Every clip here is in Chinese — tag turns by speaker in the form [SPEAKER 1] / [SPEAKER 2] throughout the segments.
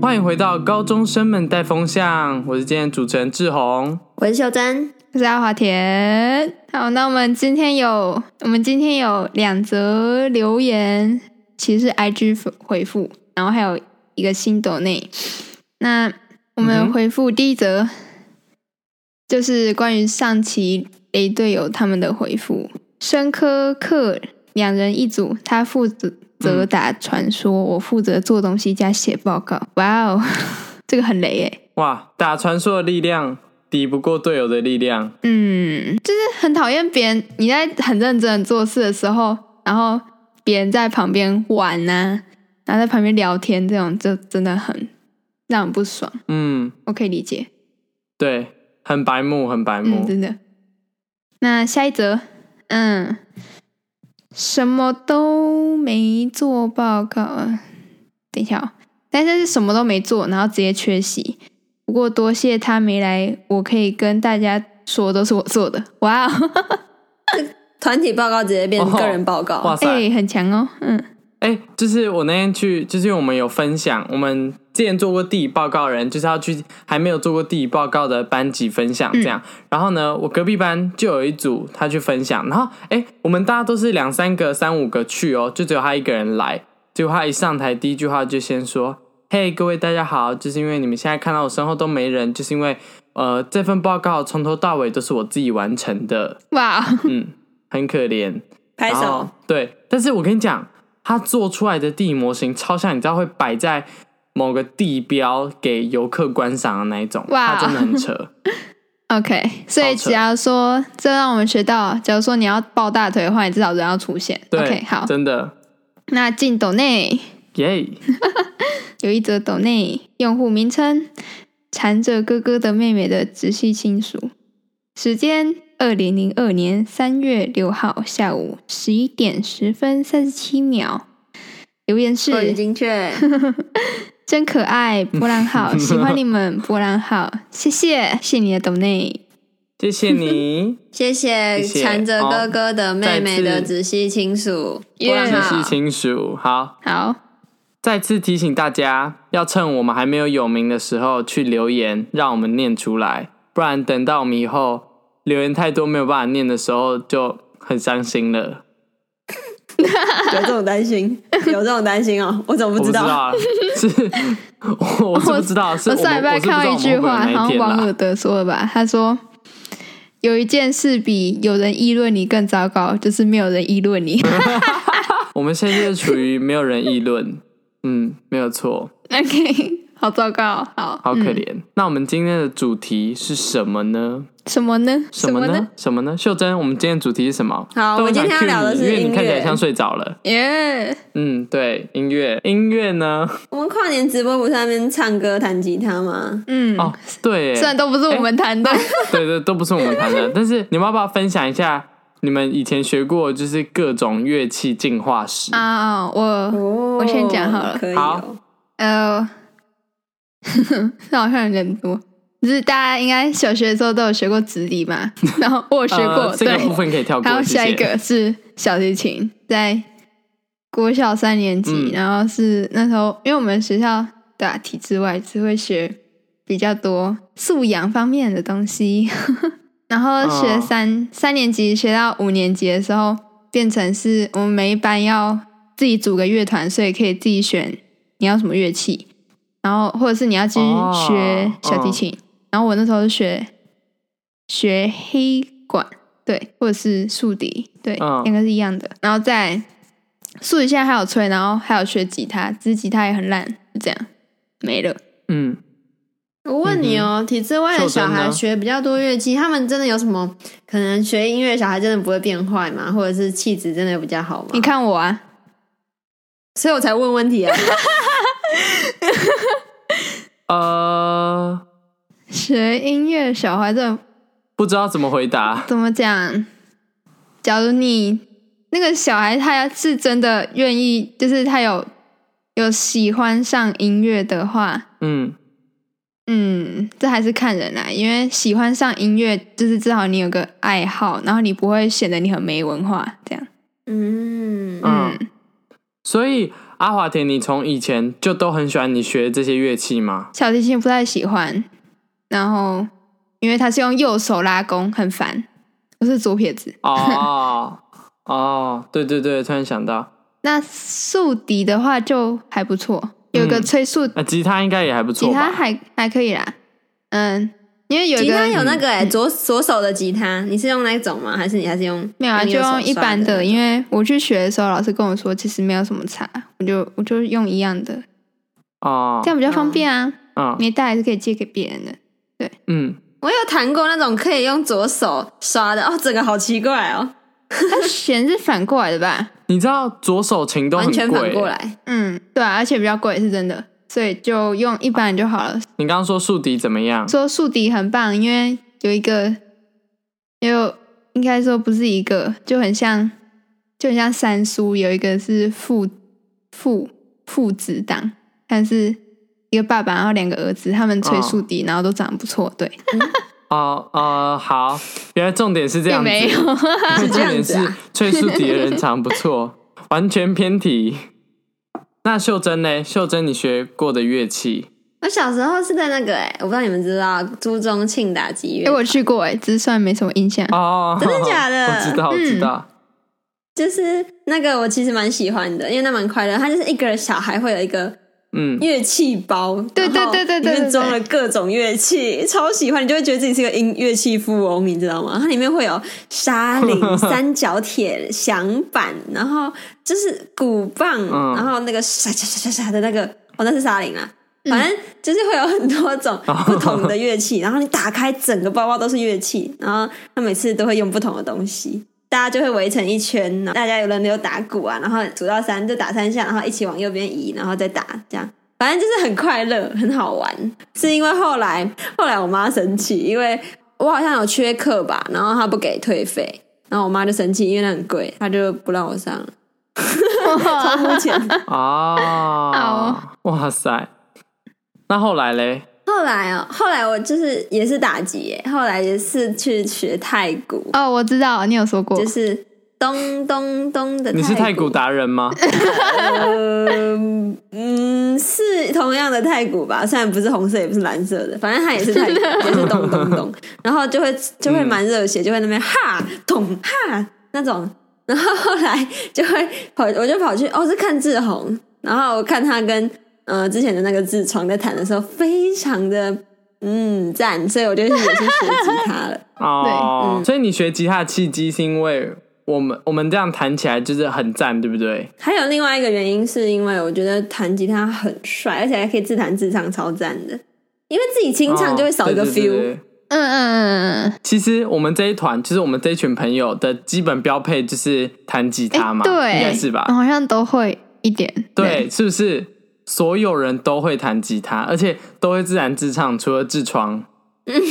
[SPEAKER 1] 欢迎回到高中生们带风向，我是今天的主持人志宏。
[SPEAKER 2] 我是秀珍，
[SPEAKER 3] 我是阿华田。好，那我们今天有我们今天有两则留言，其实是 IG 回复，然后还有一个新抖内。那我
[SPEAKER 1] 嗯哼
[SPEAKER 3] 们回复第一则，就是关于上期 A 队友他们的回复。申科克两人一组，他负责
[SPEAKER 1] 嗯
[SPEAKER 3] 责打传说，我负责做东西加写报告。哇哦， 这个很雷诶、
[SPEAKER 1] 哇，打传说的力量抵不过队友的力量。
[SPEAKER 3] 嗯，就是很讨厌别人你在很认真地做事的时候，然后别人在旁边玩呐、然后在旁边聊天，这种就真的很让人不爽。
[SPEAKER 1] 嗯，
[SPEAKER 3] 我可以理解，
[SPEAKER 1] 对，很白目，很白
[SPEAKER 3] 嗯，
[SPEAKER 1] 目。
[SPEAKER 3] 真的。那下一则，嗯，什么都没做报告，呃等一下哦，但是是什么都没做，然后直接缺席。不过多谢他没来，我可以跟大家说都是我做的，哇、哦，
[SPEAKER 2] 团体报告直接变
[SPEAKER 1] 哦
[SPEAKER 2] 个人报告，
[SPEAKER 1] 哇塞，
[SPEAKER 3] 哎、
[SPEAKER 1] 哎、
[SPEAKER 3] 很强哦，嗯。
[SPEAKER 1] 就是我那天去，就是因为我们有分享，我们之前做过地理报告的人，就是要去还没有做过地理报告的班级分享这样。然后呢，我隔壁班就有一组他去分享，然后哎、我们大家都是两三个、三五个去哦，就只有他一个人来。结果他一上台，第一句话就先说：“嘿，各位大家好，就是因为你们现在看到我身后都没人，就是因为呃这份报告从头到尾都是我自己完成的，
[SPEAKER 3] 哇，哦
[SPEAKER 1] 嗯，很可怜。”
[SPEAKER 2] 拍
[SPEAKER 1] 然后
[SPEAKER 2] 手，
[SPEAKER 1] 对，但是我跟你讲，他做出来的地理模型超像，你知道会摆在某个地标给游客观赏的那一种，
[SPEAKER 3] 哇
[SPEAKER 1] 他真的很 扯。
[SPEAKER 3] OK，所以
[SPEAKER 1] 超扯
[SPEAKER 3] 假如说这让我们学到，假如说你要抱大腿的话，你至少人要出现。
[SPEAKER 1] 对
[SPEAKER 3] OK，好，
[SPEAKER 1] 真的
[SPEAKER 3] 那进抖内
[SPEAKER 1] 耶
[SPEAKER 3] 有一则抖内用户名称缠着哥哥的妹妹的直系亲属，时间二零零二年三月六号下午十一点十分三十七秒，留言是
[SPEAKER 2] 说的哦精 确，
[SPEAKER 3] 真可爱，波浪 号，喜欢你们，波浪号，谢谢，谢谢你的抖内。
[SPEAKER 1] 谢谢 你，
[SPEAKER 2] 谢谢
[SPEAKER 1] 谢谢
[SPEAKER 2] 缠着哥哥的妹妹
[SPEAKER 1] 哦再
[SPEAKER 2] 的
[SPEAKER 1] 次
[SPEAKER 2] 直系亲
[SPEAKER 1] 哦
[SPEAKER 2] 属，
[SPEAKER 3] 耶
[SPEAKER 2] 波浪
[SPEAKER 1] 直
[SPEAKER 2] 号
[SPEAKER 1] 系亲属。好，
[SPEAKER 3] 好，
[SPEAKER 1] 再次提醒大家，要趁我们还没有有名的时候去留言，让我们念出来，不然等到我们以后留言太多没有办法念的时候，就很伤心了。
[SPEAKER 2] 有这种担 心，有这种担心哦，我怎么
[SPEAKER 1] 我
[SPEAKER 2] 不知
[SPEAKER 1] 不知
[SPEAKER 2] 道？
[SPEAKER 1] 道， 是，我我是不知道，是
[SPEAKER 3] 啊我
[SPEAKER 1] 们
[SPEAKER 3] 上礼拜
[SPEAKER 1] 我是不知道
[SPEAKER 3] 看到一句话，
[SPEAKER 1] 我们
[SPEAKER 3] 好
[SPEAKER 1] 会
[SPEAKER 3] 像
[SPEAKER 1] 有
[SPEAKER 3] 王
[SPEAKER 1] 哪一天啊
[SPEAKER 3] 尔
[SPEAKER 1] 啦
[SPEAKER 3] 德说的吧？他说：“有一件事比有人议论你更糟糕，就是没有人议论你。
[SPEAKER 1] 我们现在就是处于没有人议论，嗯，没有错，”
[SPEAKER 3] OK，好糟糕，好，
[SPEAKER 1] 好可
[SPEAKER 3] 嗯
[SPEAKER 1] 怜。那我们今天的主题是什么呢？
[SPEAKER 3] 什么呢？
[SPEAKER 1] 什么
[SPEAKER 3] 呢？
[SPEAKER 1] 呢？什么呢？秀珍，我们今天的主题是什么？
[SPEAKER 2] 好
[SPEAKER 1] 但
[SPEAKER 2] 我们今天要
[SPEAKER 1] 想 cue
[SPEAKER 2] 聊的
[SPEAKER 1] 你
[SPEAKER 2] 是
[SPEAKER 1] 因为
[SPEAKER 2] 音
[SPEAKER 1] 你看起来
[SPEAKER 2] 乐
[SPEAKER 1] 像睡着了。
[SPEAKER 3] 耶！
[SPEAKER 1] 嗯，对，音乐，音乐呢？
[SPEAKER 2] 我们跨年直播不是在那边唱歌弹吉他吗？
[SPEAKER 3] 嗯，
[SPEAKER 1] 哦，哎对耶，
[SPEAKER 3] 虽然都不是我们 谈的，
[SPEAKER 1] 对对，都不是我们弹的。但是你们要不要分享一下你们以前学过就是各种乐器进化史？
[SPEAKER 3] 啊，我
[SPEAKER 2] 哦
[SPEAKER 3] 我先讲好了
[SPEAKER 2] 可以
[SPEAKER 1] 好
[SPEAKER 2] 哦，
[SPEAKER 3] 呃， 那好像有点多。就是大家应该小学的时候都有学过直笛嘛，然后我有学
[SPEAKER 1] 呃
[SPEAKER 3] 过，
[SPEAKER 1] 这个
[SPEAKER 3] 对
[SPEAKER 1] 部，分可以跳过。
[SPEAKER 3] 还有下
[SPEAKER 1] 谢
[SPEAKER 3] 一
[SPEAKER 1] 谢
[SPEAKER 3] 个是小提琴，在国小三年级，
[SPEAKER 1] 嗯
[SPEAKER 3] 然后是那时候，因为我们学校的、啊、体制外只会学比较多素养方面的东西， 然后学
[SPEAKER 1] 哦
[SPEAKER 3] 三、三年级学到五年级的时候，变成是我们每一班要自己组个乐团，所以可以自己选你要什么乐器，然后或者是你要去
[SPEAKER 1] 哦
[SPEAKER 3] 学小提
[SPEAKER 1] 嗯
[SPEAKER 3] 琴，然后我那时候是学学黑管，对，或者是竖笛，对，
[SPEAKER 1] 嗯
[SPEAKER 3] 两个是一样的。然后再竖笛现在还有吹，然后还有学吉他，只是吉他也很烂，就这样没了。
[SPEAKER 1] 嗯，
[SPEAKER 2] 我问你哦，体制外的小孩学比较多乐器，他们真的有什么可能？学音乐小孩真的不会变坏吗？或者是气质真的比较好吗？
[SPEAKER 3] 你，看我啊，
[SPEAKER 2] 所以我才问问题啊。
[SPEAKER 1] 呃，
[SPEAKER 3] 学音乐小孩这
[SPEAKER 1] 不知道怎么回答。
[SPEAKER 3] 怎么讲？假如你那个小孩他是真的愿意，就是他有有喜欢上音乐的话，
[SPEAKER 1] 嗯，
[SPEAKER 3] 嗯，这还是看人啦，因为喜欢上音乐，就是至少你有个爱好，然后你不会显得你很没文化这样。
[SPEAKER 2] 嗯
[SPEAKER 1] 嗯所以阿华田，你从以前就都很喜欢你学这些乐器吗？
[SPEAKER 3] 小提琴不太喜欢，然后因为它是用右手拉弓，很烦。我是左撇子。
[SPEAKER 1] 哦哦，对对对，突然想到，
[SPEAKER 3] 那竖笛的话就还不错，有个
[SPEAKER 1] 嗯
[SPEAKER 3] 吹竖，
[SPEAKER 1] 那、吉他应该也还不错
[SPEAKER 3] 吉他
[SPEAKER 1] 吧？
[SPEAKER 3] 还还可以啦。嗯，因为有一
[SPEAKER 2] 吉
[SPEAKER 3] 个
[SPEAKER 2] 他有那个哎、左左手的吉他，你是用那种吗？还是你还是用
[SPEAKER 3] 没有啊，
[SPEAKER 2] 用
[SPEAKER 3] 就
[SPEAKER 2] 右手
[SPEAKER 3] 用一
[SPEAKER 2] 刷
[SPEAKER 3] 般
[SPEAKER 2] 的
[SPEAKER 3] 的，因为我去学的时候，老师跟我说其实没有什么差，我就我就用一样的，
[SPEAKER 1] 哦
[SPEAKER 3] 这，样比较方便啊。
[SPEAKER 1] 嗯
[SPEAKER 3] 没带还是可以借给别人的。
[SPEAKER 1] 嗯，
[SPEAKER 2] 我有弹过那种可以用左手刷的哦，整个好奇怪哦，
[SPEAKER 3] 它弦是反过来的吧？
[SPEAKER 1] 你知道左手琴都很
[SPEAKER 2] 完全
[SPEAKER 1] 贵、
[SPEAKER 2] 反过来。
[SPEAKER 3] 嗯，对啊，而且比较贵是真的，所以就用一般就好了。
[SPEAKER 1] 你刚刚说竖笛怎么样？
[SPEAKER 3] 说竖笛很棒，因为有一个，有应该说不是一个，就很像，就很像三叔有一个是父父父子档，但是一个爸爸，然后两个儿子，他们吹
[SPEAKER 1] 哦
[SPEAKER 3] 竖笛，然后都长得不错，对，
[SPEAKER 1] 哦哦，好，原来重点是这
[SPEAKER 3] 并
[SPEAKER 1] 样子，
[SPEAKER 3] 没有，
[SPEAKER 2] 是这
[SPEAKER 1] 重点
[SPEAKER 2] 样子
[SPEAKER 1] 是
[SPEAKER 2] 啊
[SPEAKER 1] 吹竖笛的人长不错， 完全偏题。那秀珍呢？秀珍，你学过的乐 器
[SPEAKER 2] 我小时候是在那个哎、我不知道你们知道朱宗庆打击乐
[SPEAKER 3] 哎，
[SPEAKER 2] 团，
[SPEAKER 3] 我去过哎，只是算没什么 印象。
[SPEAKER 1] 哦，
[SPEAKER 2] 真的假的
[SPEAKER 1] 我知道，我知
[SPEAKER 3] 嗯
[SPEAKER 1] 道。
[SPEAKER 2] 就是那个我其实蛮喜欢的，因为那蛮快乐。它就是一个小孩会有一个
[SPEAKER 1] 嗯，
[SPEAKER 2] 乐器包，
[SPEAKER 3] 对对
[SPEAKER 2] 然后
[SPEAKER 3] 对对对
[SPEAKER 2] 里
[SPEAKER 3] 对对
[SPEAKER 2] 面装了各种乐器，超喜欢，你就会觉得自己是个音乐器富翁，你知道吗？它里面会有沙 铃、三角铁、响板，然后就是鼓棒，
[SPEAKER 1] 嗯
[SPEAKER 2] 然后那个沙沙沙沙沙的那个，哦，那是沙铃啊。反正就是会有很多种不同的乐器，然后你打开整个包包都是乐器，然后他每次都会用不同的东西，大家就会围成一圈，然后大家有轮流打鼓啊，然后数到三就打三下，然后一起往右边移，然后再打，这样反正就是很快乐，很好玩。是因为后来后来我妈生气，因为我好像有缺课吧，然后她不给退费，然后我妈就生气，因为那很贵，她就不让我上了，超肤浅。
[SPEAKER 1] 哦，哇塞，那后来嘞？
[SPEAKER 2] 后来哦，后来我就是也是打击耶，后来也是去学太鼓，
[SPEAKER 3] 哦，我知道，你有说过
[SPEAKER 2] 就，是咚咚咚的。
[SPEAKER 1] 你是太鼓？达 人吗？
[SPEAKER 2] 嗯嗯，是同样的太鼓吧，虽然不是红色，也不是蓝色的，反正它也是太鼓，也是咚咚咚，然后就会就会蛮热血，就会那边哈咚哈那种，然后后来就会跑，我就跑去哦是看志宏，然后我看他跟呃之前的那个志床在弹的时候，非常的嗯赞，所以我就也是学吉他了。
[SPEAKER 1] 哦
[SPEAKER 2] 对，嗯
[SPEAKER 1] 所以你学吉他的契机是因为我们我们这样弹起来就是很赞，对不对？
[SPEAKER 2] 还有另外一个原因，是因为我觉得弹吉他很帅，而且还可以自弹自唱，超赞的。因为自己清唱
[SPEAKER 1] 哦
[SPEAKER 2] 就会少一个
[SPEAKER 1] 对对
[SPEAKER 2] feel，、
[SPEAKER 1] 对对
[SPEAKER 3] 嗯嗯嗯嗯嗯
[SPEAKER 1] 其实我们这一团，就是我们这一群朋友的基本标配就是弹吉
[SPEAKER 3] 嗯，
[SPEAKER 1] 他
[SPEAKER 3] 哎，
[SPEAKER 1] 嘛，
[SPEAKER 3] 对，
[SPEAKER 1] 应该是吧？
[SPEAKER 3] 我好像都会一点，
[SPEAKER 1] 对，是不是？所有人都会弹吉他，而且都会自然自唱，除了痔 疮，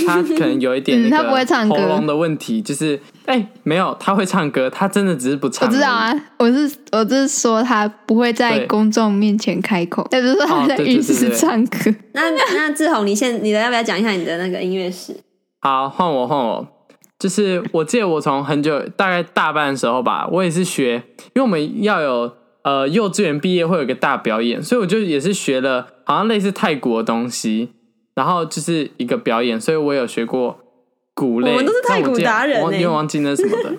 [SPEAKER 1] 他可能有一点
[SPEAKER 3] 嗯
[SPEAKER 1] 那
[SPEAKER 3] 他不会
[SPEAKER 1] 个
[SPEAKER 3] 唱歌
[SPEAKER 1] 喉咙的问题，就是哎、没有，他会唱歌，他真的只是不唱。
[SPEAKER 3] 我知道。啊，我是我是说他不会在
[SPEAKER 1] 对
[SPEAKER 3] 公众面前开口，也就是说他
[SPEAKER 1] 哦
[SPEAKER 3] 在
[SPEAKER 1] 对对
[SPEAKER 3] 浴
[SPEAKER 1] 对
[SPEAKER 3] 室
[SPEAKER 1] 对
[SPEAKER 3] 唱歌。
[SPEAKER 2] 那那志宏，你现你的要不要讲一下你的那个音乐史？
[SPEAKER 1] 好，换我换我，就是我记得我从很久，大概大班的时候吧，我也是学，因为我们要有呃幼稚园毕业会有一个大表演，所以我就也是学了好像类似泰国的东西，然后就是一个表演，所以我有学过鼓类。
[SPEAKER 2] 我们都是泰
[SPEAKER 1] 但我
[SPEAKER 2] 鼓
[SPEAKER 1] 记得
[SPEAKER 2] 达人
[SPEAKER 1] 我
[SPEAKER 2] 欸
[SPEAKER 1] 有点忘记那是什 么的。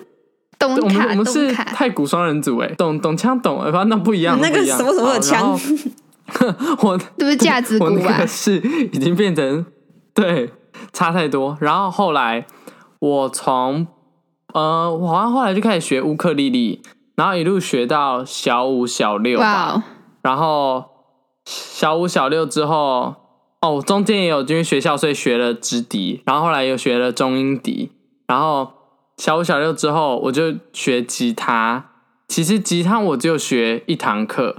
[SPEAKER 3] 东
[SPEAKER 1] 对我们
[SPEAKER 3] 卡
[SPEAKER 1] 我们
[SPEAKER 3] 东
[SPEAKER 1] 是
[SPEAKER 3] 卡，
[SPEAKER 1] 太鼓双人组哎，懂懂腔懂耳，反正那不一样，
[SPEAKER 2] 你那个
[SPEAKER 1] 不一样
[SPEAKER 2] 什么什么有腔
[SPEAKER 1] 好然后 我
[SPEAKER 3] 这不是架子
[SPEAKER 1] 我
[SPEAKER 3] 鼓啊
[SPEAKER 1] 那
[SPEAKER 3] 吧
[SPEAKER 1] 个？是已经变成对差太多。然后后来我从呃，我好像后来就开始学乌克丽丽，然后一路学到小五小六吧。
[SPEAKER 3] 哇哦，
[SPEAKER 1] 然后小五小六之后，哦，我中间也有因为学校所以学了直笛，然后后来又学了中音笛，然后小五小六之后我就学吉他。其实吉他我只有学一堂课，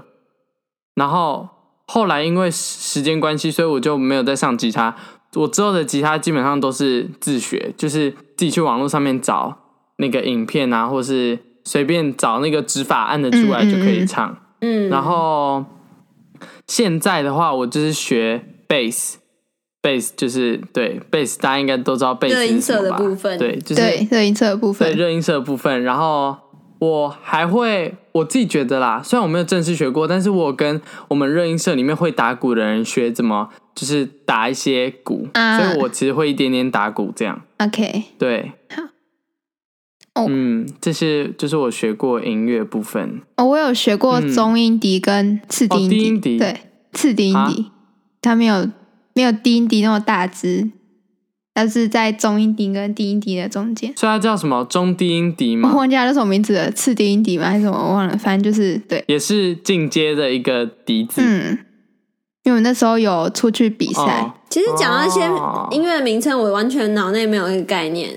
[SPEAKER 1] 然后后来因为时间关系，所以我就没有再上吉他。我之后的吉他基本上都是自学，就是自己去网络上面找那个影片啊，或是随便找那个指法按得出来就可
[SPEAKER 3] 嗯嗯
[SPEAKER 1] 以
[SPEAKER 3] 嗯
[SPEAKER 1] 唱。
[SPEAKER 2] 嗯，
[SPEAKER 1] 然后现在的话，我就是学 bass，bass 就是对 bass，大家应该都知道 bass
[SPEAKER 2] 热音
[SPEAKER 1] 是什么
[SPEAKER 2] 色的
[SPEAKER 1] 吧
[SPEAKER 2] 部分
[SPEAKER 1] 对，就是
[SPEAKER 3] 对，热音色的部
[SPEAKER 1] 对
[SPEAKER 3] 分，
[SPEAKER 1] 热音色的部分。然后我还会我自己觉得啦，虽然我没有正式学过，但是我有跟我们热音社里面会打鼓的人学怎么就是打一些鼓，
[SPEAKER 3] 啊
[SPEAKER 1] 所以我其实会一点点打鼓这样。
[SPEAKER 3] OK，
[SPEAKER 1] 对，
[SPEAKER 3] 好哦
[SPEAKER 1] 嗯，这是就是我学过音乐部分。
[SPEAKER 3] 哦，我有学过
[SPEAKER 1] 嗯
[SPEAKER 3] 中音笛跟次低
[SPEAKER 1] 哦
[SPEAKER 3] 音
[SPEAKER 1] 低音笛
[SPEAKER 3] 对，次低音
[SPEAKER 1] 啊
[SPEAKER 3] 笛，它没有没有低音笛那么大只，它是在中音笛跟低音笛的中间。
[SPEAKER 1] 所以它叫什么中低音笛
[SPEAKER 3] 我
[SPEAKER 1] 嘛，
[SPEAKER 3] 忘记它叫什么名字了，次低音笛吗？还是什么？我忘了，反正就是对，
[SPEAKER 1] 也是进阶的一个笛子。
[SPEAKER 3] 嗯，啊因为我那时候有出去比赛，
[SPEAKER 1] 哦
[SPEAKER 2] 其实讲那些
[SPEAKER 1] 哦
[SPEAKER 2] 音乐名称，我完全脑内没有一个概 念、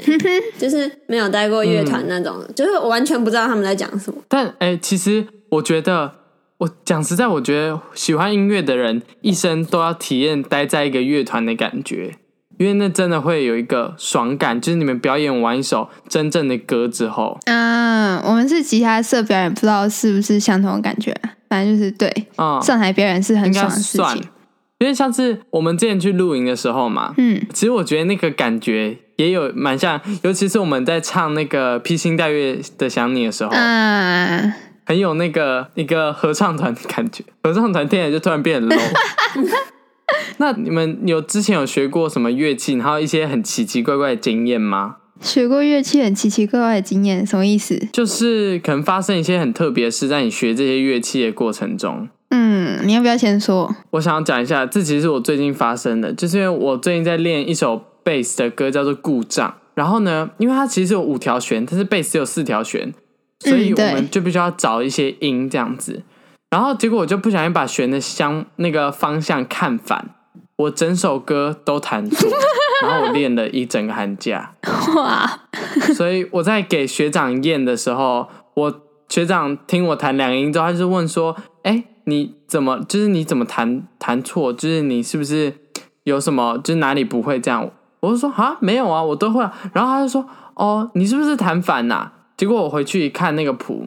[SPEAKER 2] 就是没有待过乐
[SPEAKER 1] 嗯
[SPEAKER 2] 团那种，就是我完全不知道他们在讲什么。
[SPEAKER 1] 但哎、其实我觉得，我讲实在，我觉得喜欢音乐的人一生都要体验待在一个乐团的感觉，因为那真的会有一个爽感，就是你们表演完一首真正的歌之后，
[SPEAKER 3] 嗯，我们是吉他社表演，不知道是不是相同的感觉，反正就是对，
[SPEAKER 1] 啊、
[SPEAKER 3] 上台表演是很
[SPEAKER 1] 应该
[SPEAKER 3] 爽的事
[SPEAKER 1] 算
[SPEAKER 3] 情。，
[SPEAKER 1] 因为上次我们之前去露营的时候嘛，
[SPEAKER 3] 嗯，
[SPEAKER 1] 其实我觉得那个感觉也有蛮像，尤其是我们在唱那个《披星戴月的想你》的时候，
[SPEAKER 3] 啊，
[SPEAKER 1] 很有那个一个合唱团的感觉，合唱团听起来就突然变 low。那你们有之前有学过什么乐器，然后一些很奇奇怪怪的经验吗？
[SPEAKER 3] 学过乐器很奇奇怪怪的经验，什么意思？
[SPEAKER 1] 就是可能发生一些很特别的事，在你学这些乐器的过程中。
[SPEAKER 3] 嗯，你要不要先说？
[SPEAKER 1] 我想要讲一下，这其实是我最近发生的，就是因为我最近在练一首贝斯的歌，叫做《故障》。然后呢，因为它其实有五条弦，但是贝斯有四条弦，所以
[SPEAKER 3] 嗯
[SPEAKER 1] 我
[SPEAKER 3] 对
[SPEAKER 1] 们就必须要找一些音这样子。然后结果我就不小心把弦的相那个方向看反，我整首歌都弹错，然后我练了一整个寒假。
[SPEAKER 3] 哇，
[SPEAKER 1] 所以我在给学长验的时候，我学长听我弹两个音之后，他就问说：“哎、你怎么就是你怎么弹弹错？就是你是不是有什么就是哪里不会这样？”我就说：“啊，没有啊，我都会啊。”然后他就说：“哦，你是不是弹反啦、结果我回去一看那个谱，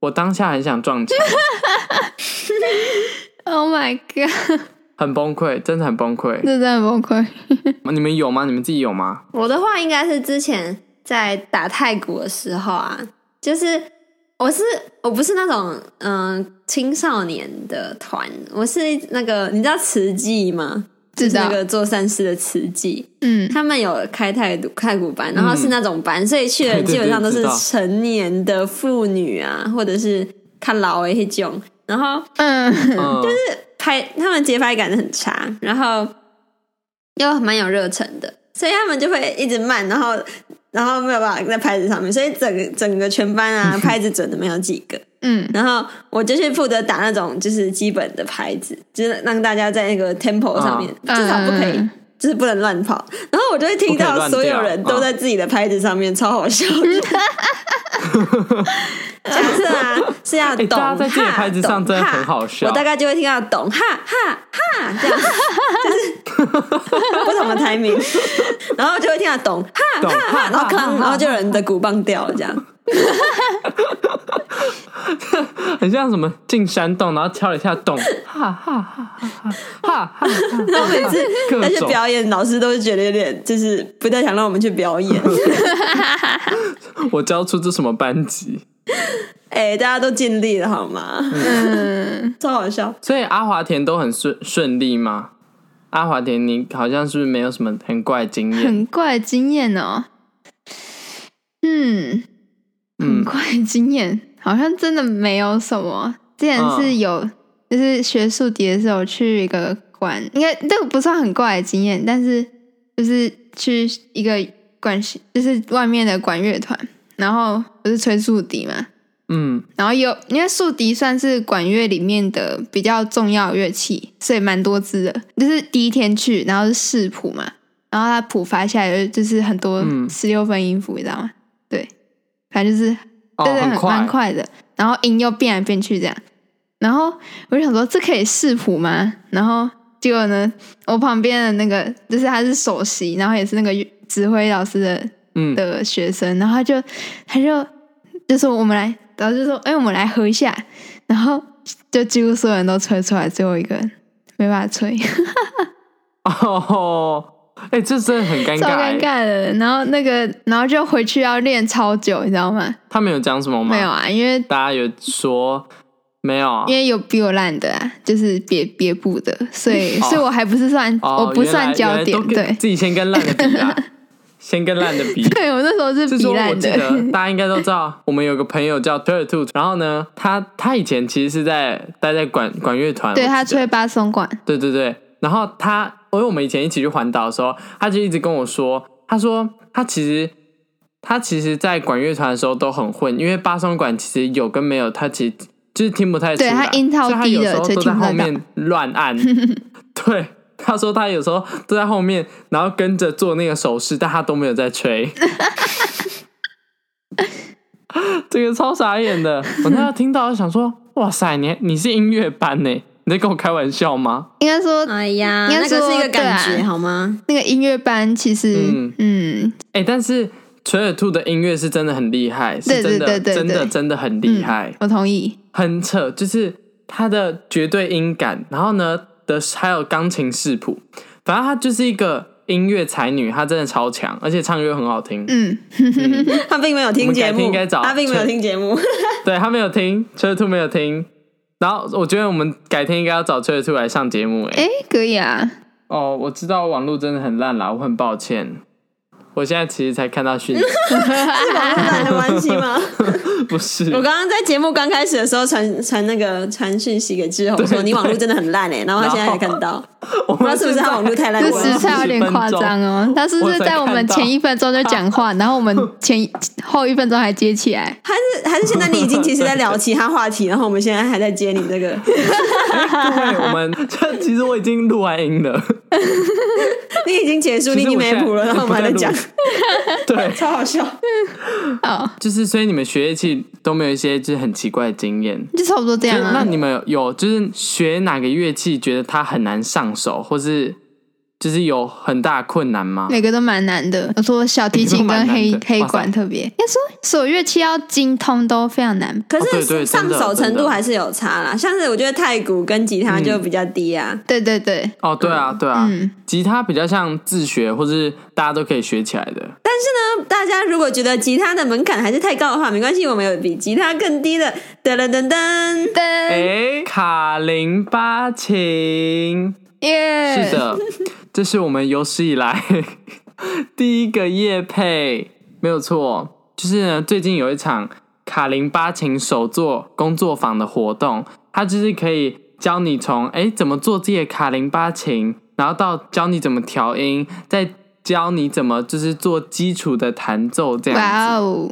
[SPEAKER 1] 我当下很想撞墙，
[SPEAKER 3] ！Oh my god，
[SPEAKER 1] 很崩溃，真的很崩溃
[SPEAKER 3] 这。真的很崩溃。
[SPEAKER 1] 你们有吗？你们自己有吗？
[SPEAKER 2] 我的话应该是之前在打太鼓的时候啊，就是我是我不是那种嗯、青少年的团，我是那个你知道慈济吗？
[SPEAKER 3] 知
[SPEAKER 2] 就是
[SPEAKER 3] 道
[SPEAKER 2] 那个做善事的慈济，
[SPEAKER 3] 嗯，
[SPEAKER 2] 他们有开泰度太古班，然后是那种班，所以去的人
[SPEAKER 1] 嗯对对对
[SPEAKER 2] 基本上都
[SPEAKER 1] 知
[SPEAKER 2] 是
[SPEAKER 1] 道
[SPEAKER 2] 成年的妇女啊，或者是看老的那种。然后
[SPEAKER 3] 嗯，
[SPEAKER 1] 嗯，就是
[SPEAKER 2] 拍他们节拍感很差，然后又蛮有热忱的，所以他们就会一直慢，然后然后没有办法在拍子上面，所以整个整个全班啊拍子准的没有几个。
[SPEAKER 3] 嗯，
[SPEAKER 2] 然后我就去负责打那种就是基本的拍子，就是让大家在那个 tempo 上面、
[SPEAKER 3] 嗯
[SPEAKER 2] 至少不可以
[SPEAKER 3] 嗯
[SPEAKER 2] 就是不能乱跑。然后我就会听
[SPEAKER 1] 不可以
[SPEAKER 2] 到
[SPEAKER 1] 乱
[SPEAKER 2] 所有人
[SPEAKER 1] 掉哦
[SPEAKER 2] 都在自己的拍子上面，超好笑的。假设啊是要
[SPEAKER 1] 欸
[SPEAKER 2] 懂
[SPEAKER 1] 大
[SPEAKER 2] 哈，
[SPEAKER 1] 家在自己的拍子上
[SPEAKER 2] 懂
[SPEAKER 1] 真的
[SPEAKER 2] 哈
[SPEAKER 1] 很好笑
[SPEAKER 2] 我大概就会听到懂哈哈哈这样，就是 不同的 timing，然 后就会听到懂哈
[SPEAKER 1] 懂
[SPEAKER 2] 哈哈，然后康，然后就有人的鼓棒掉了这样。
[SPEAKER 1] 嗯很像什么进山洞，然后敲了一下洞，哈哈哈哈哈哈哈哈。
[SPEAKER 2] 然后每次
[SPEAKER 1] 各
[SPEAKER 2] 那些
[SPEAKER 1] 种
[SPEAKER 2] 表演，老师都会觉得有点就是不太想让我们去表 演。
[SPEAKER 1] 我教出这什么班级？
[SPEAKER 2] 哎、大家都尽力了好吗？
[SPEAKER 3] 嗯，
[SPEAKER 2] 超好笑。
[SPEAKER 1] 所以阿华田都很顺顺利吗？阿华田，你好像是不是没有什么很怪的经验？
[SPEAKER 3] 很怪的经验哦。嗯，很
[SPEAKER 1] 嗯，
[SPEAKER 3] 怪的经验，好像真的没有什么。之前是
[SPEAKER 1] 嗯
[SPEAKER 3] 有，就是学竖笛的时候去一个管，应该这个不算很怪的经验，但是就是去一个管，就是外面的管乐团，然后不是吹竖笛嘛，
[SPEAKER 1] 嗯，
[SPEAKER 3] 然后有，因为竖笛算是管乐里面的比较重要的乐器，所以蛮多支的。就是第一天去，然后是试谱嘛，然后它谱发下来就是很多
[SPEAKER 1] 嗯
[SPEAKER 3] 十六分音符，你知道吗？对，反正就是
[SPEAKER 1] 哦，
[SPEAKER 3] 对对，
[SPEAKER 1] 很
[SPEAKER 3] 很蛮
[SPEAKER 1] 快，
[SPEAKER 3] 快的。然后音又变来变去这样，然后我就想说这可以视谱吗？然后结果呢，我旁边的那个就是他是首席，然后也是那个指挥老师的
[SPEAKER 1] 嗯，
[SPEAKER 3] 的学生，然后他就他就就说我们来，老师就说哎、我们来喝一下，然后就几乎所有人都吹出来，只有我一个人没办法吹，
[SPEAKER 1] 哦，哎、这真的很尴
[SPEAKER 3] 超
[SPEAKER 1] 尬、
[SPEAKER 3] 尴
[SPEAKER 1] 欸。
[SPEAKER 3] 尬的。然后那个，然后就回去要练超久，你知道吗？
[SPEAKER 1] 他们有讲什么吗？
[SPEAKER 3] 没有，啊，因为
[SPEAKER 1] 大家有说没有啊？
[SPEAKER 3] 因为有比我烂的啊，就是别别部的，所以、
[SPEAKER 1] 哦
[SPEAKER 3] 所以我还不是算、
[SPEAKER 1] 哦，
[SPEAKER 3] 我不算
[SPEAKER 1] 原
[SPEAKER 3] 焦
[SPEAKER 1] 来原来
[SPEAKER 3] 点
[SPEAKER 1] 都，跟
[SPEAKER 3] 对
[SPEAKER 1] 自己先跟烂的比啊，先跟烂的比。
[SPEAKER 3] 对，我那时候是
[SPEAKER 1] 是
[SPEAKER 3] 比
[SPEAKER 1] 说我
[SPEAKER 3] 烂
[SPEAKER 1] 记
[SPEAKER 3] 的，
[SPEAKER 1] 得大家应该都知道，我们有个朋友叫 t u r t o 然后呢，他他以前其实是在待在管管乐团，
[SPEAKER 3] 对
[SPEAKER 1] 我记
[SPEAKER 3] 他
[SPEAKER 1] 得
[SPEAKER 3] 吹巴松管，
[SPEAKER 1] 对对对，然后他，因为我们以前一起去环岛的时候，他就一直跟我说，他说他其实他其实，在管乐团的时候都很混，因为巴松管其实有跟没有，他其实就是听不太出来，
[SPEAKER 3] 对他音超
[SPEAKER 1] 所以他
[SPEAKER 3] 低
[SPEAKER 1] 有
[SPEAKER 3] 的
[SPEAKER 1] 时候
[SPEAKER 3] 所以
[SPEAKER 1] 都
[SPEAKER 3] 听
[SPEAKER 1] 在
[SPEAKER 3] 不太
[SPEAKER 1] 后面乱按。 对，他说他有时候都在后面，然后跟着做那个手势，但他都没有在吹。 这个超傻眼的，我那时候听到就想说，哇塞，你你是音乐班呢？你在跟我开玩笑吗？
[SPEAKER 3] 应该说
[SPEAKER 2] 哎呀，
[SPEAKER 3] 应该
[SPEAKER 2] 那个
[SPEAKER 3] 说
[SPEAKER 2] 是一个感
[SPEAKER 3] 对
[SPEAKER 2] 觉
[SPEAKER 3] 啊
[SPEAKER 2] 好吗？
[SPEAKER 3] 那个音乐班其实
[SPEAKER 1] 嗯
[SPEAKER 3] 嗯
[SPEAKER 1] 哎、但是垂耳兔的音乐是真的很厉害，是
[SPEAKER 3] 对
[SPEAKER 1] 真的
[SPEAKER 3] 对对对
[SPEAKER 1] 真的
[SPEAKER 3] 对
[SPEAKER 1] 真的很
[SPEAKER 3] 嗯
[SPEAKER 1] 厉害，
[SPEAKER 3] 我同意，
[SPEAKER 1] 很扯，就是它的绝对音感，然后呢的还有钢琴视谱，反正她就是一个音乐才女，她真的超强，而且唱歌很好听。
[SPEAKER 3] 嗯，
[SPEAKER 2] 他并没有听节
[SPEAKER 1] 我们改
[SPEAKER 2] 目
[SPEAKER 1] 天应该，找
[SPEAKER 2] 他并没有听节 目。
[SPEAKER 1] 对她没有听，垂耳兔没有听。然后我觉得我们改天应该要找垂耳兔来上节目、哎、
[SPEAKER 3] 哎、可以啊，
[SPEAKER 1] 哦，我知道网络真的很烂啦，我很抱歉。我现在其实才看到讯息，
[SPEAKER 2] 懒的关系吗？
[SPEAKER 1] 不是。
[SPEAKER 2] 我刚刚在节目刚开始的时候传传那个传讯息给志宏说你网络真的很 烂哎，然后他现在才看到，
[SPEAKER 1] 我
[SPEAKER 2] 不知道
[SPEAKER 1] 们
[SPEAKER 2] 是不是
[SPEAKER 1] 现
[SPEAKER 2] 他
[SPEAKER 1] 在
[SPEAKER 2] 网络太烂
[SPEAKER 3] 这
[SPEAKER 2] 了。
[SPEAKER 1] 我
[SPEAKER 3] 时
[SPEAKER 1] 是
[SPEAKER 3] 差有点夸张 哦。他是不是在我们前一分钟就讲话，然后我们前后一分钟还接起来？
[SPEAKER 2] 还是还是现在你已经其实在聊其他话题，然后我们现在还在接你 这个，
[SPEAKER 1] 对，我 们这其实我已经录完音了，
[SPEAKER 2] 你已经结束，你
[SPEAKER 1] 其
[SPEAKER 2] 已
[SPEAKER 1] 实
[SPEAKER 2] 经
[SPEAKER 1] 我现
[SPEAKER 2] 没
[SPEAKER 1] 在
[SPEAKER 2] 谱了，然后我们还在讲，
[SPEAKER 1] 对，
[SPEAKER 2] 超好笑。
[SPEAKER 3] 哦，
[SPEAKER 1] 就是所以你们学乐器都没有一些就是很奇怪的经验。
[SPEAKER 3] 就差不多这样
[SPEAKER 1] 那
[SPEAKER 3] 啊。
[SPEAKER 1] 你们有有就是学哪个乐器觉得它很难上手，或是就是有很大的困难吗？
[SPEAKER 3] 每个都蛮难的，我说小提琴跟
[SPEAKER 1] 每
[SPEAKER 3] 黑
[SPEAKER 1] 个都蛮难的
[SPEAKER 3] 黑
[SPEAKER 1] 哇塞
[SPEAKER 3] 管特别，应该说所有乐器要精通都非常难。
[SPEAKER 2] 可
[SPEAKER 1] 哦对对
[SPEAKER 2] 是上
[SPEAKER 1] 真的
[SPEAKER 2] 手程
[SPEAKER 1] 真
[SPEAKER 2] 度
[SPEAKER 1] 的
[SPEAKER 2] 还是有差啦，像是我觉得太鼓跟吉他就比较低啊。
[SPEAKER 3] 对对对，
[SPEAKER 1] 哦，对啊，对啊，
[SPEAKER 3] 嗯
[SPEAKER 1] 吉他比较像自学，或是大家都可以学起来的。嗯
[SPEAKER 2] 那大家如果觉得吉他的门槛还是太高的话，没关系，我们有比吉他更低的，噔噔噔噔。
[SPEAKER 3] 噔
[SPEAKER 1] 哎，卡林巴琴，
[SPEAKER 3] 耶，
[SPEAKER 1] 是，的， 这是我们有史以来 第一个夜配，没有错。就是呢，最近有一场卡林巴琴手作工作坊的活动，它就是可以教你从哎、诶怎么做自己的卡林巴琴，然后到教你怎么调音，再教你怎么就是做基础的弹奏这样子。
[SPEAKER 3] 哇哦，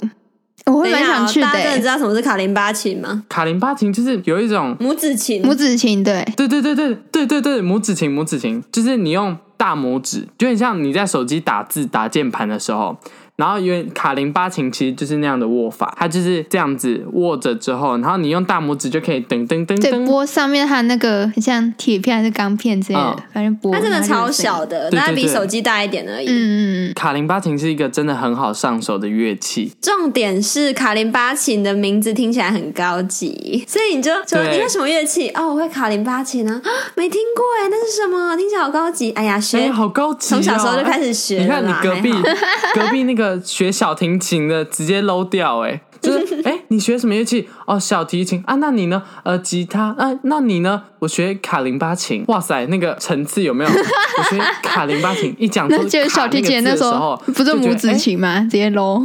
[SPEAKER 3] 我会
[SPEAKER 2] 等一下
[SPEAKER 3] 蛮想
[SPEAKER 2] 哦
[SPEAKER 3] 去的
[SPEAKER 2] 大家真的知
[SPEAKER 3] 欸，
[SPEAKER 2] 道什么是卡林巴琴吗？
[SPEAKER 1] 卡林巴琴就是有一种
[SPEAKER 2] 拇指琴，
[SPEAKER 3] 拇指琴对，
[SPEAKER 1] 对对对对对对对，拇指琴，拇指琴，就是你用大拇指，就很像你在手机打字打键盘的时候，然后因为卡林巴琴其实就是那样的握法，它就是这样子握着之后，然后你用大拇指就可以噔噔噔
[SPEAKER 3] 对，
[SPEAKER 1] 噔，
[SPEAKER 3] 拨上面它那个很像铁片还是钢片之类的
[SPEAKER 1] 嗯，
[SPEAKER 3] 反正拨
[SPEAKER 2] 它真的
[SPEAKER 3] 然后
[SPEAKER 2] 超
[SPEAKER 3] 就有声音
[SPEAKER 2] 小的，
[SPEAKER 1] 对对
[SPEAKER 2] 大概比
[SPEAKER 1] 对
[SPEAKER 2] 手机大一点而已。
[SPEAKER 3] 嗯嗯嗯，
[SPEAKER 1] 卡林巴琴是一个真的很好上手的乐器，
[SPEAKER 2] 重点是卡林巴琴的名字听起来很高级，所以你就说
[SPEAKER 1] 对
[SPEAKER 2] 你会什么乐器？哦，我会卡林巴琴啊，啊 没听过哎，那是什么？听起来好高级。哎呀，
[SPEAKER 1] 哎、
[SPEAKER 2] 学
[SPEAKER 1] 好高级、哦！
[SPEAKER 2] 从小时候就开始学
[SPEAKER 1] 你
[SPEAKER 2] 了
[SPEAKER 1] 看你
[SPEAKER 2] 啦
[SPEAKER 1] 隔壁
[SPEAKER 2] 还好
[SPEAKER 1] 隔壁那个学小提琴的直接 low 掉、哎， 就是哎、你学什么乐器？哦，小提琴啊，那你呢？呃，吉他啊，那你呢？我学卡林巴琴。哇塞，那个层次有没 有？我学卡林巴琴，一讲出
[SPEAKER 3] 那觉得
[SPEAKER 1] 卡
[SPEAKER 3] 小提琴
[SPEAKER 1] 那
[SPEAKER 3] 那
[SPEAKER 1] 个字
[SPEAKER 3] 时
[SPEAKER 1] 的时
[SPEAKER 3] 候
[SPEAKER 1] 候
[SPEAKER 3] 不是
[SPEAKER 1] 就觉得
[SPEAKER 3] 拇指
[SPEAKER 1] 哎
[SPEAKER 3] 琴吗？直接搂，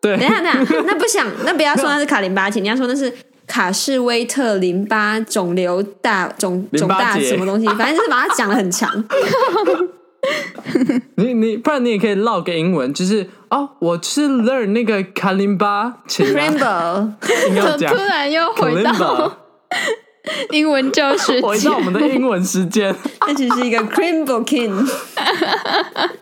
[SPEAKER 1] 对
[SPEAKER 2] 等一下，等一 下，那不想，那不要说那是卡淋巴琴，你要说那是卡氏威特淋巴肿瘤大肿
[SPEAKER 1] 淋
[SPEAKER 2] 肿
[SPEAKER 1] 巴
[SPEAKER 2] 大
[SPEAKER 1] 结
[SPEAKER 2] 什么东西，反正就是把它讲的很长。
[SPEAKER 1] 你你不然你也可以唠个英文，就是哦，我是 learn 那个卡 林巴 琴、啊，
[SPEAKER 2] Rainbow，
[SPEAKER 1] 硬 要讲
[SPEAKER 3] 突然又回
[SPEAKER 1] Kalimba
[SPEAKER 3] 到 英文教学
[SPEAKER 1] 回
[SPEAKER 3] 界
[SPEAKER 1] 到我们的英文时间。
[SPEAKER 2] 那只是一个 Rainbow King，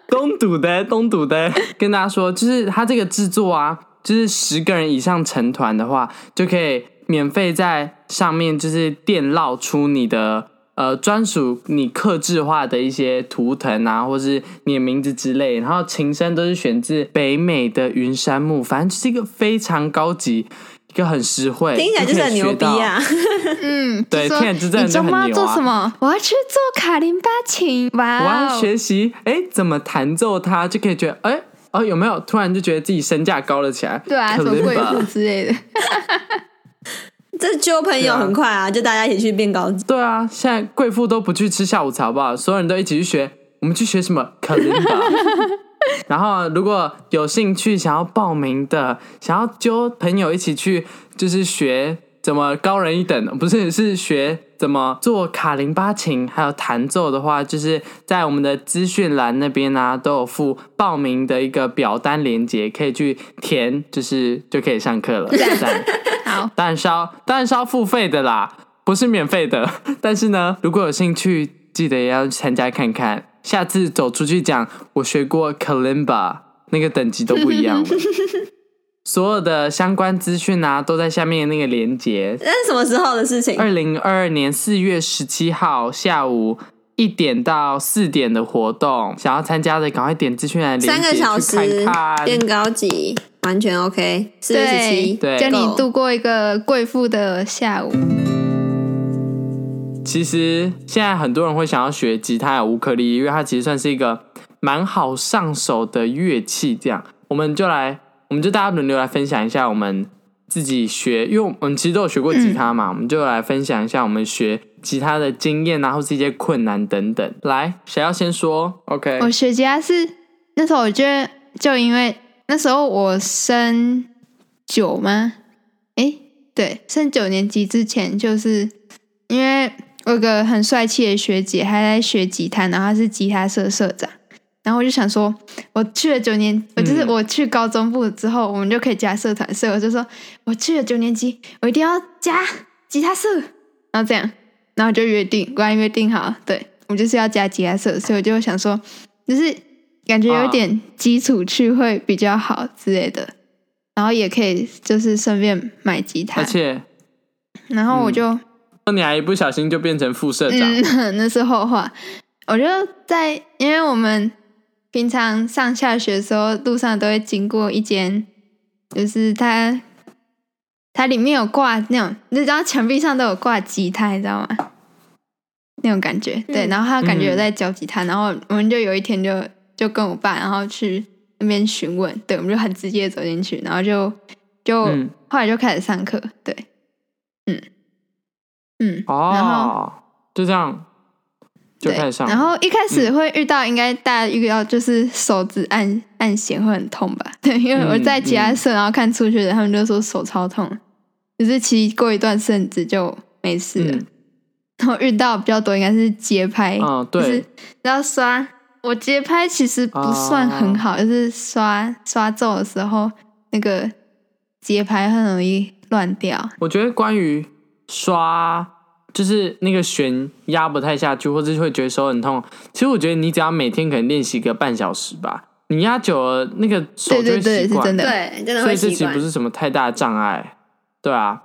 [SPEAKER 1] 东堵的，东堵的， 跟大家说，就是他这个制作啊，就是十个人以上成团的话，就可以免费在上面就是电烙出你的呃专属你刻制化的一些图腾啊，或是你的名字之类，然后琴声都是选自北美的云杉木，反正就是一个非常高级。一个很实惠，
[SPEAKER 2] 听起来就是很牛逼
[SPEAKER 1] 啊！
[SPEAKER 2] 啊！
[SPEAKER 3] 嗯，
[SPEAKER 1] 对
[SPEAKER 3] 就说
[SPEAKER 1] 天然之战
[SPEAKER 3] 你周
[SPEAKER 1] 就很
[SPEAKER 3] 末
[SPEAKER 1] 牛啊
[SPEAKER 3] 做什么？我要去做卡林巴琴。
[SPEAKER 1] 我
[SPEAKER 3] 哇
[SPEAKER 1] 要
[SPEAKER 3] 哦，
[SPEAKER 1] 学习，哎，怎么弹奏它，就可以觉得，哎，哦，有没有突然就觉得自己身价高了起来？
[SPEAKER 3] 对啊，什么贵妇
[SPEAKER 1] Kalimba
[SPEAKER 3] 之类的。
[SPEAKER 2] 这交朋友很快啊，就大家一起去变高级。
[SPEAKER 1] 对啊，现在贵妇都不去吃下午茶，好不好？所有人都一起去学，我们去学什么 k a l i m b a 然后，如果有兴趣想要报名的，想要揪朋友一起去，就是学怎么高人一等，不是是学怎么做卡林巴琴，还有弹奏的话，就是在我们的资讯栏那边啊，都有附报名的一个表单链接，可以去填，就是就可以上课了。 赞
[SPEAKER 3] 好，
[SPEAKER 1] 当然是要，当然是要付费的啦，不是免费的。 但是呢，如果有兴趣，记得也要去参加看看。下次走出去讲，我学过 Kalimba，那个等级都不一 样了。所有的相关资讯啊，都在下面那个链接。
[SPEAKER 2] 那是什么时候的事情？
[SPEAKER 1] 二零二二年四月十七号下午一点到四点的活动，想要参加的赶快点资讯来链接
[SPEAKER 2] 三个小时
[SPEAKER 1] 去看看。
[SPEAKER 2] 变高级，完全 OK。四月十七，
[SPEAKER 1] 对
[SPEAKER 3] 教你
[SPEAKER 2] Go
[SPEAKER 3] 度过一个贵妇的下午。
[SPEAKER 1] 其实现在很多人会想要学吉他、乌克丽丽，因为它其实算是一个蛮好上手的乐器。这样，我们就来，我们就大家轮流来分享一下我们自己学，因为我们其实都有学过吉他嘛，
[SPEAKER 3] 嗯
[SPEAKER 1] 我们就来分享一下我们学吉他的经验啊，或是一些困难等等。来，谁要先说？OK，
[SPEAKER 3] 我学吉他是那时候，我觉得就因为那时候我升九吗？诶，对，升九年级之前，就是因为我有个很帅气的学姐，她在学吉他，然后她是吉他社社长。然后我就想说，我去了九年，我就是
[SPEAKER 1] 嗯
[SPEAKER 3] 我去高中部之后，我们就可以加社团，所以我就说，我去了九年级，我一定要加吉他社，然后这样，然后就约定，果然约定好，对我就是要加吉他社，所以我就想说，就是感觉有点基础去会比较好之类的，然后也可以就是顺便买吉他
[SPEAKER 1] 而，且
[SPEAKER 3] 然后我
[SPEAKER 1] 嗯
[SPEAKER 3] 就。
[SPEAKER 1] 你还一不小心就变成副社长，
[SPEAKER 3] 嗯， 那是后话。我就在，因为我们平常上下学的时候，路上都会经过一间，就是它，它里面有挂那种，你知道墙壁上都有挂吉他，你知道吗？那种感觉，对。
[SPEAKER 2] 嗯
[SPEAKER 3] 然后他感觉有
[SPEAKER 1] 嗯
[SPEAKER 3] 在教吉他，然后我们就有一天就就跟我爸，然后去那边询问，对，我们就很直接地走进去，然后就就、
[SPEAKER 1] 嗯
[SPEAKER 3] 后来就开始上课，对，嗯嗯，然后
[SPEAKER 1] 哦，就这样就
[SPEAKER 3] 对，
[SPEAKER 1] 开始上了，
[SPEAKER 3] 然后一开始会遇到，应该大家遇到就是手指按按弦会很痛吧？ 对，因为我
[SPEAKER 1] 嗯
[SPEAKER 3] 在其他社，然后看出去的，他们就说手超痛，就是其实过一段甚至就没事了。
[SPEAKER 1] 嗯
[SPEAKER 3] 然后遇到比较多应该是节拍，
[SPEAKER 1] 嗯，
[SPEAKER 3] 哎就是
[SPEAKER 1] 对，
[SPEAKER 3] 要刷。我节拍其实不算很好，
[SPEAKER 1] 啊
[SPEAKER 3] 就是刷刷奏的时候，那个节拍很容易乱掉。
[SPEAKER 1] 我觉得关于刷，就是那个弦压不太下去，或者是会觉得手很痛。其实我觉得你只要每天可能练习个半小时吧，你压久了那个手就
[SPEAKER 3] 对对
[SPEAKER 1] 会
[SPEAKER 3] 对，
[SPEAKER 1] 习
[SPEAKER 3] 是
[SPEAKER 1] 惯。
[SPEAKER 3] 真的。
[SPEAKER 2] 对，真的
[SPEAKER 1] 所
[SPEAKER 2] 会
[SPEAKER 1] 以这
[SPEAKER 2] 习
[SPEAKER 1] 其实
[SPEAKER 2] 惯
[SPEAKER 1] 不。是什么太大的障碍，对啊。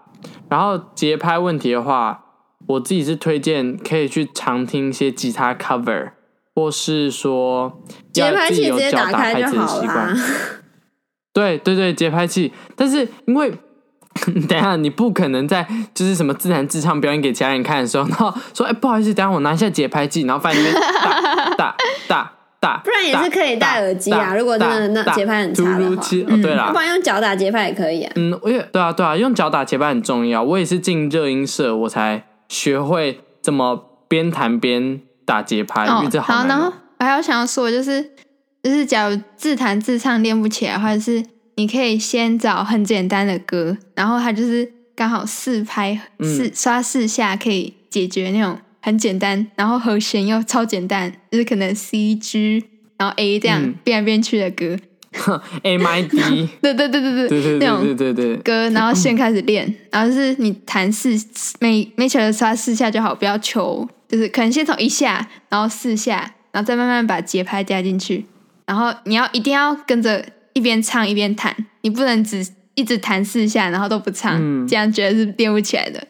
[SPEAKER 1] 然后节拍问题的话，我自己是推荐可以去常听一些吉他 cover，或是说
[SPEAKER 2] 节
[SPEAKER 1] 要
[SPEAKER 2] 拍
[SPEAKER 1] 自己
[SPEAKER 2] 器
[SPEAKER 1] 有
[SPEAKER 2] 直接
[SPEAKER 1] 脚
[SPEAKER 2] 打
[SPEAKER 1] 打
[SPEAKER 2] 开
[SPEAKER 1] 拍
[SPEAKER 2] 就
[SPEAKER 1] 子的
[SPEAKER 2] 好
[SPEAKER 1] 习惯
[SPEAKER 2] 啦。。
[SPEAKER 1] 对对对，节拍器。但是因为 等一下你不可能在就是什么自弹自唱表演给其他人看的时候，然后说哎、不好意思，等一下我拿一下节拍器，然后放在那边 哒哒哒哒，
[SPEAKER 2] 不然也是可以戴耳机啊
[SPEAKER 1] 哒
[SPEAKER 2] 如果真的那
[SPEAKER 1] 哒哒
[SPEAKER 2] 节拍很差的话
[SPEAKER 1] 突如其哦
[SPEAKER 3] 嗯
[SPEAKER 1] 对
[SPEAKER 2] 要
[SPEAKER 1] 啦
[SPEAKER 2] 啊不。然用脚打节拍也可以啊。
[SPEAKER 1] 嗯，我也对啊，对啊，用脚打节拍很重要。我也是进热音社，我才学会怎么边弹边打节拍，因为这
[SPEAKER 3] 好，
[SPEAKER 1] 难
[SPEAKER 3] 然
[SPEAKER 1] 哦
[SPEAKER 3] 后我还有想要说，就是就是，假如自弹自唱练不起来的话，就是你可以先找很简单的歌，然后它就是刚好四拍
[SPEAKER 1] 嗯
[SPEAKER 3] 四、刷四下可以解决那种很简单，然后和弦又超简单，就是可能 C G 然后 A 这样
[SPEAKER 1] 嗯
[SPEAKER 3] 变来变去的歌，
[SPEAKER 1] A M I D，
[SPEAKER 3] 对对对对
[SPEAKER 1] 对对
[SPEAKER 3] 那种
[SPEAKER 1] 对对对对，
[SPEAKER 3] 歌，然后先开始练，然后就是你弹四每每小时刷四下就好，不要求，就是可能先从一下，然后四下，然后再慢慢把节拍加进去，然后你要一定要跟着一边唱一边弹，你不能只一直弹四下，然后都不唱，
[SPEAKER 1] 嗯
[SPEAKER 3] 这样绝对是练不起来的。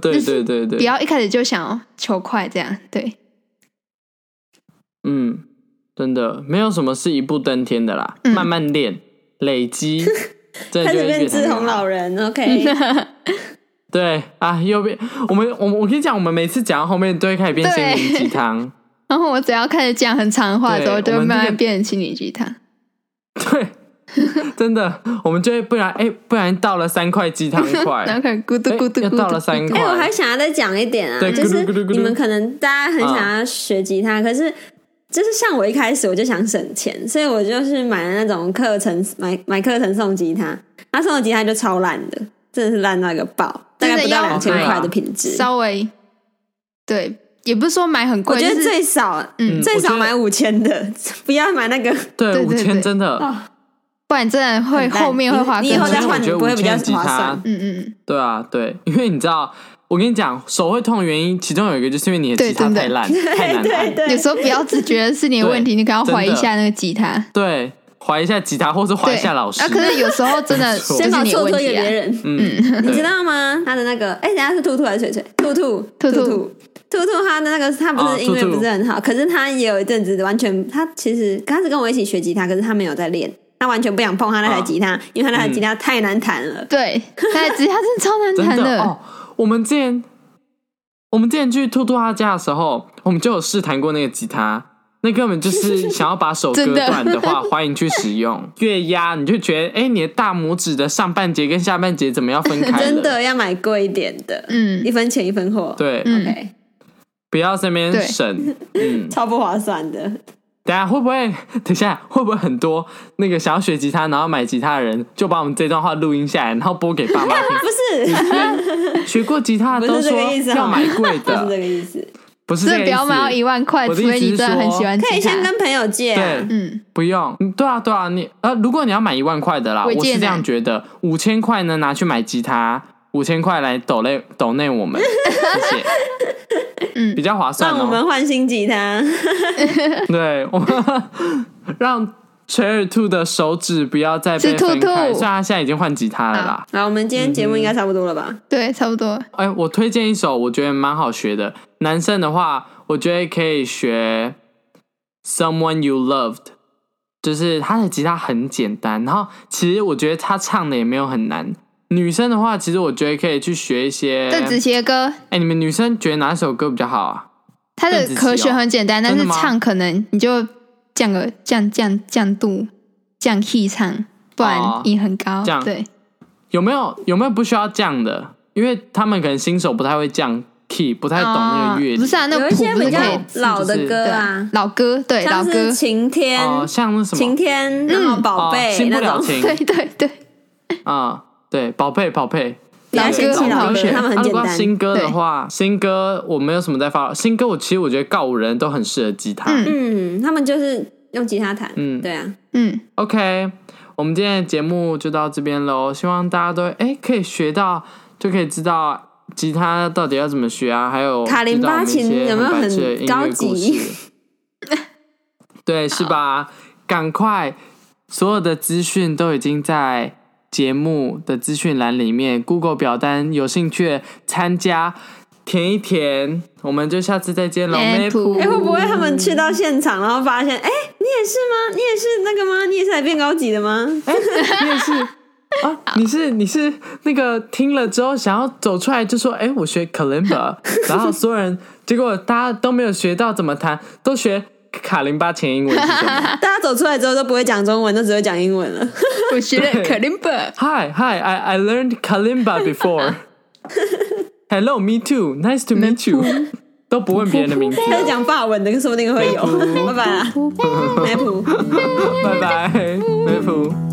[SPEAKER 1] 对对对对
[SPEAKER 3] 不，要一开始就想要求快，这样对，
[SPEAKER 1] 嗯，真的没有什么是一步登天的啦，
[SPEAKER 3] 嗯
[SPEAKER 1] 慢慢练，累积真的
[SPEAKER 2] 开
[SPEAKER 1] 就
[SPEAKER 2] 始
[SPEAKER 1] 会
[SPEAKER 2] 变
[SPEAKER 1] 越
[SPEAKER 2] 志
[SPEAKER 1] 来
[SPEAKER 2] 宏
[SPEAKER 1] 越好。嗯
[SPEAKER 2] 老人，OK，
[SPEAKER 1] 对啊，又变我们我们我跟你讲，我们每次讲到后面都会开始变心灵鸡汤。
[SPEAKER 3] 然后我只要开始讲很长话之后，
[SPEAKER 1] 对
[SPEAKER 3] 就
[SPEAKER 1] 我
[SPEAKER 3] 会
[SPEAKER 1] 们
[SPEAKER 3] 慢
[SPEAKER 1] 这
[SPEAKER 3] 慢
[SPEAKER 1] 个
[SPEAKER 3] 变成心理鸡汤。
[SPEAKER 1] 对，真的，我们就会不然哎、不然到了三块鸡汤块，
[SPEAKER 3] 然后开始 咕嘟
[SPEAKER 1] 哎
[SPEAKER 3] 咕嘟咕
[SPEAKER 1] 又
[SPEAKER 3] 嘟。
[SPEAKER 1] 到了三
[SPEAKER 3] 咕
[SPEAKER 1] 块
[SPEAKER 3] 嘟
[SPEAKER 2] 哎、我还想要再讲一点啊，
[SPEAKER 1] 对
[SPEAKER 2] 就
[SPEAKER 1] 咕噜咕噜
[SPEAKER 2] 是
[SPEAKER 1] 咕噜啊
[SPEAKER 2] 你们可能大家很想要学吉他，可是就是像我一开始我就想省钱，所以我就是买了那种课程，买买课程送吉他，他送的吉他就超烂的，真的是烂到一个爆，大
[SPEAKER 3] 真的
[SPEAKER 2] 概不到
[SPEAKER 3] 要啊
[SPEAKER 2] 两千
[SPEAKER 1] 买
[SPEAKER 2] 块的品质。
[SPEAKER 3] 稍微，对，也不是说买很
[SPEAKER 2] 我
[SPEAKER 3] 贵，
[SPEAKER 2] 觉
[SPEAKER 3] 就
[SPEAKER 2] 得
[SPEAKER 3] 是
[SPEAKER 2] 最少
[SPEAKER 1] 嗯
[SPEAKER 2] 最
[SPEAKER 1] 我觉
[SPEAKER 2] 少
[SPEAKER 1] 得
[SPEAKER 2] 买五千的，不要买那个
[SPEAKER 1] 对
[SPEAKER 3] 对
[SPEAKER 1] 五
[SPEAKER 3] 对
[SPEAKER 1] 千
[SPEAKER 3] 对
[SPEAKER 1] 真的，
[SPEAKER 3] 不然真的会
[SPEAKER 2] 很烂
[SPEAKER 3] 后面会花
[SPEAKER 2] 你你
[SPEAKER 3] 更
[SPEAKER 2] 以
[SPEAKER 3] 久。
[SPEAKER 2] 后再换，
[SPEAKER 1] 我
[SPEAKER 2] 你
[SPEAKER 1] 觉得
[SPEAKER 2] 不会比较
[SPEAKER 1] 5000吉
[SPEAKER 2] 划
[SPEAKER 1] 他
[SPEAKER 2] 算。
[SPEAKER 3] 嗯嗯嗯，
[SPEAKER 1] 对啊，对，因为你知道，我跟你讲，手会痛的原因，其中有一个就是因为你的
[SPEAKER 3] 对
[SPEAKER 1] 吉他
[SPEAKER 3] 真的
[SPEAKER 1] 太烂，太难
[SPEAKER 2] 对
[SPEAKER 1] 弹，
[SPEAKER 2] 对
[SPEAKER 3] 有时候不要只觉得是你的问题，
[SPEAKER 1] 对
[SPEAKER 3] 你可能要怀
[SPEAKER 1] 真
[SPEAKER 3] 一
[SPEAKER 1] 的
[SPEAKER 3] 下那个吉他，
[SPEAKER 1] 对，怀一下吉他，或是怀
[SPEAKER 3] 对，
[SPEAKER 1] 一下老师
[SPEAKER 3] 啊，，可是有时候真的
[SPEAKER 1] 没
[SPEAKER 3] 就
[SPEAKER 1] 错
[SPEAKER 3] 是
[SPEAKER 2] 先把
[SPEAKER 3] 你
[SPEAKER 2] 错
[SPEAKER 3] 的
[SPEAKER 2] 推
[SPEAKER 3] 问
[SPEAKER 2] 给
[SPEAKER 3] 题
[SPEAKER 2] 别
[SPEAKER 3] 啊。
[SPEAKER 2] 人，
[SPEAKER 1] 嗯，
[SPEAKER 2] 你
[SPEAKER 1] 对
[SPEAKER 2] 知道吗？他的那个，哎、等下是兔兔还是水水？兔兔，
[SPEAKER 3] 兔兔
[SPEAKER 2] 兔兔，兔兔他的那个，他不
[SPEAKER 1] 哦
[SPEAKER 2] 是音乐
[SPEAKER 1] 兔兔
[SPEAKER 2] 不是很好，可是他也有一阵子完全，他其实刚开始跟我一起学吉他，可是他没有在练，他完全不想碰他那台
[SPEAKER 1] 啊
[SPEAKER 2] 吉他，因为他那台吉他太难弹了。
[SPEAKER 3] 对，他的吉他真的超难
[SPEAKER 1] 真
[SPEAKER 3] 弹
[SPEAKER 1] 的哦，我们之前我们之前去兔兔他家的时候，我们就有试弹过那个吉他。那根本就是想要把手割
[SPEAKER 3] 真的
[SPEAKER 1] 断的话，欢迎去使用。越压你就觉得，哎、你的大拇指的上半截跟下半截怎么要分开了？
[SPEAKER 2] 真的要买贵一点的，
[SPEAKER 3] 嗯
[SPEAKER 2] 一分钱一分货。
[SPEAKER 1] 对，
[SPEAKER 3] 嗯
[SPEAKER 2] ，OK，
[SPEAKER 1] 不要在那边
[SPEAKER 3] 对
[SPEAKER 1] 省。嗯，
[SPEAKER 2] 超不划算的。
[SPEAKER 1] 等一下会不会？等一下会不会很多那个想要学吉他然后买吉他的人，就把我们这段话录音下来，然后播给爸妈 听？
[SPEAKER 2] 不 是，
[SPEAKER 1] 啊学过吉他的
[SPEAKER 2] 不
[SPEAKER 1] 都
[SPEAKER 2] 是这
[SPEAKER 1] 说
[SPEAKER 2] 个意思哈
[SPEAKER 1] 要买贵
[SPEAKER 2] 不是这 个
[SPEAKER 1] 的，
[SPEAKER 2] 意思。
[SPEAKER 1] 不是
[SPEAKER 3] 真
[SPEAKER 1] 这个
[SPEAKER 3] 的不
[SPEAKER 1] 意
[SPEAKER 3] 要买到一
[SPEAKER 1] 思。
[SPEAKER 3] 万块，
[SPEAKER 1] 我
[SPEAKER 3] 除
[SPEAKER 1] 的意
[SPEAKER 3] 非
[SPEAKER 1] 思
[SPEAKER 3] 你
[SPEAKER 1] 是
[SPEAKER 3] 真的很
[SPEAKER 1] 说
[SPEAKER 3] 喜欢吉他。
[SPEAKER 2] 可以先跟朋友借啊
[SPEAKER 1] 对。
[SPEAKER 3] 嗯，
[SPEAKER 1] 不用，嗯对啊，对啊，你呃，如果你要买一万块的啦，
[SPEAKER 3] 我
[SPEAKER 1] 我
[SPEAKER 3] 借
[SPEAKER 1] 是这
[SPEAKER 3] 呢
[SPEAKER 1] 样觉得，五千块呢拿去买吉他，五千块来抖内抖内我们， 谢谢，
[SPEAKER 3] 嗯
[SPEAKER 1] 比较划算
[SPEAKER 2] 让我
[SPEAKER 1] 哦。
[SPEAKER 2] 们换新吉他，
[SPEAKER 1] 对，我们 让垂耳兔的手指不要再被
[SPEAKER 3] 是兔
[SPEAKER 1] 分开，
[SPEAKER 3] 兔
[SPEAKER 1] 虽然它现在已经换吉他了啦。
[SPEAKER 2] 好，我们今天节目应该差不多了吧？
[SPEAKER 3] 对，差不多。
[SPEAKER 1] 哎，我推荐一首我觉得蛮好学的。男生的话，我觉得可以学《Someone You Loved》，就是他的吉他很简单，然后其实我觉得他唱的也没有很难。女生的话，其实我觉得可以去学一些。
[SPEAKER 3] 邓紫棋的歌，
[SPEAKER 1] 哎，你们女生觉得哪首歌比较好啊？
[SPEAKER 3] 它的
[SPEAKER 1] 邓紫棋
[SPEAKER 3] 和弦
[SPEAKER 1] 哦
[SPEAKER 3] 很简单，但
[SPEAKER 1] 真
[SPEAKER 3] 是
[SPEAKER 1] 的吗
[SPEAKER 3] 唱可能你就降个降降降度降 key 唱，不
[SPEAKER 1] 哦
[SPEAKER 3] 然音很高。
[SPEAKER 1] 降
[SPEAKER 3] 对，
[SPEAKER 1] 有没有有没有不需要降的？因为他们可能新手不太会降 key，不太懂那
[SPEAKER 3] 哦
[SPEAKER 1] 个乐理。
[SPEAKER 3] 不是啊，那
[SPEAKER 2] 有
[SPEAKER 3] 个
[SPEAKER 2] 一
[SPEAKER 3] 谱
[SPEAKER 2] 些
[SPEAKER 3] 不
[SPEAKER 2] 比
[SPEAKER 3] 是
[SPEAKER 2] 较
[SPEAKER 3] 可以
[SPEAKER 2] 老的歌
[SPEAKER 3] 对
[SPEAKER 2] 啊，
[SPEAKER 3] 老歌对老
[SPEAKER 2] 像
[SPEAKER 3] 歌
[SPEAKER 2] 是，晴天、
[SPEAKER 1] 哦，像那什
[SPEAKER 2] 晴
[SPEAKER 1] 么
[SPEAKER 2] 天，然后宝
[SPEAKER 1] 哦
[SPEAKER 2] 贝、
[SPEAKER 1] 新不
[SPEAKER 2] 那
[SPEAKER 1] 了
[SPEAKER 2] 种，
[SPEAKER 1] 情
[SPEAKER 3] 对对对，
[SPEAKER 1] 啊、对，宝贝宝贝，
[SPEAKER 2] 你要先听老
[SPEAKER 3] 老歌
[SPEAKER 2] 歌，他们很
[SPEAKER 1] 啊如
[SPEAKER 2] 简
[SPEAKER 1] 果要
[SPEAKER 2] 单。
[SPEAKER 1] 新歌的话，新歌我没有什么在发。新歌我其实我觉得告五人都很适合吉他。
[SPEAKER 3] 嗯
[SPEAKER 2] 嗯，他们就是用吉他弹。
[SPEAKER 1] 嗯
[SPEAKER 2] 对啊，
[SPEAKER 3] 嗯，
[SPEAKER 1] OK，我们今天的节目就到这边喽，希望大家都哎可以学到，就可以知道吉他到底要怎么学啊，还有
[SPEAKER 2] 卡林巴琴
[SPEAKER 1] 知
[SPEAKER 2] 有
[SPEAKER 1] 道我们一些
[SPEAKER 2] 没有很
[SPEAKER 1] 白痴的音乐 故事？对，是吧？赶快，所有的资讯都已经在节目的资讯栏里面，Google 表单有兴趣的参加填一填，我们就下次再见喽，
[SPEAKER 3] Apple
[SPEAKER 1] 妹夫
[SPEAKER 2] 哎、。会不会他们去到现场，然后发现，哎、你也是吗？你也是那个吗？你也是来变高级的吗？
[SPEAKER 1] 哎、你也是啊？你是你是那个听了之后想要走出来就说，哎、我学 kalimba，然后所有人结果大家都没有学到怎么弹，都学卡林巴前英文是什么
[SPEAKER 2] 大家走出来之后都不会讲中文，都只会讲英文了。
[SPEAKER 3] 我学了 Kalimba，
[SPEAKER 1] ？Hi hi, I I learned kalimba before. Hello, me too. Nice to meet you. 都不问别人的名字，
[SPEAKER 2] 开始讲法文的，说不定会有。拜拜啦，梅普。
[SPEAKER 1] 拜拜，佩服。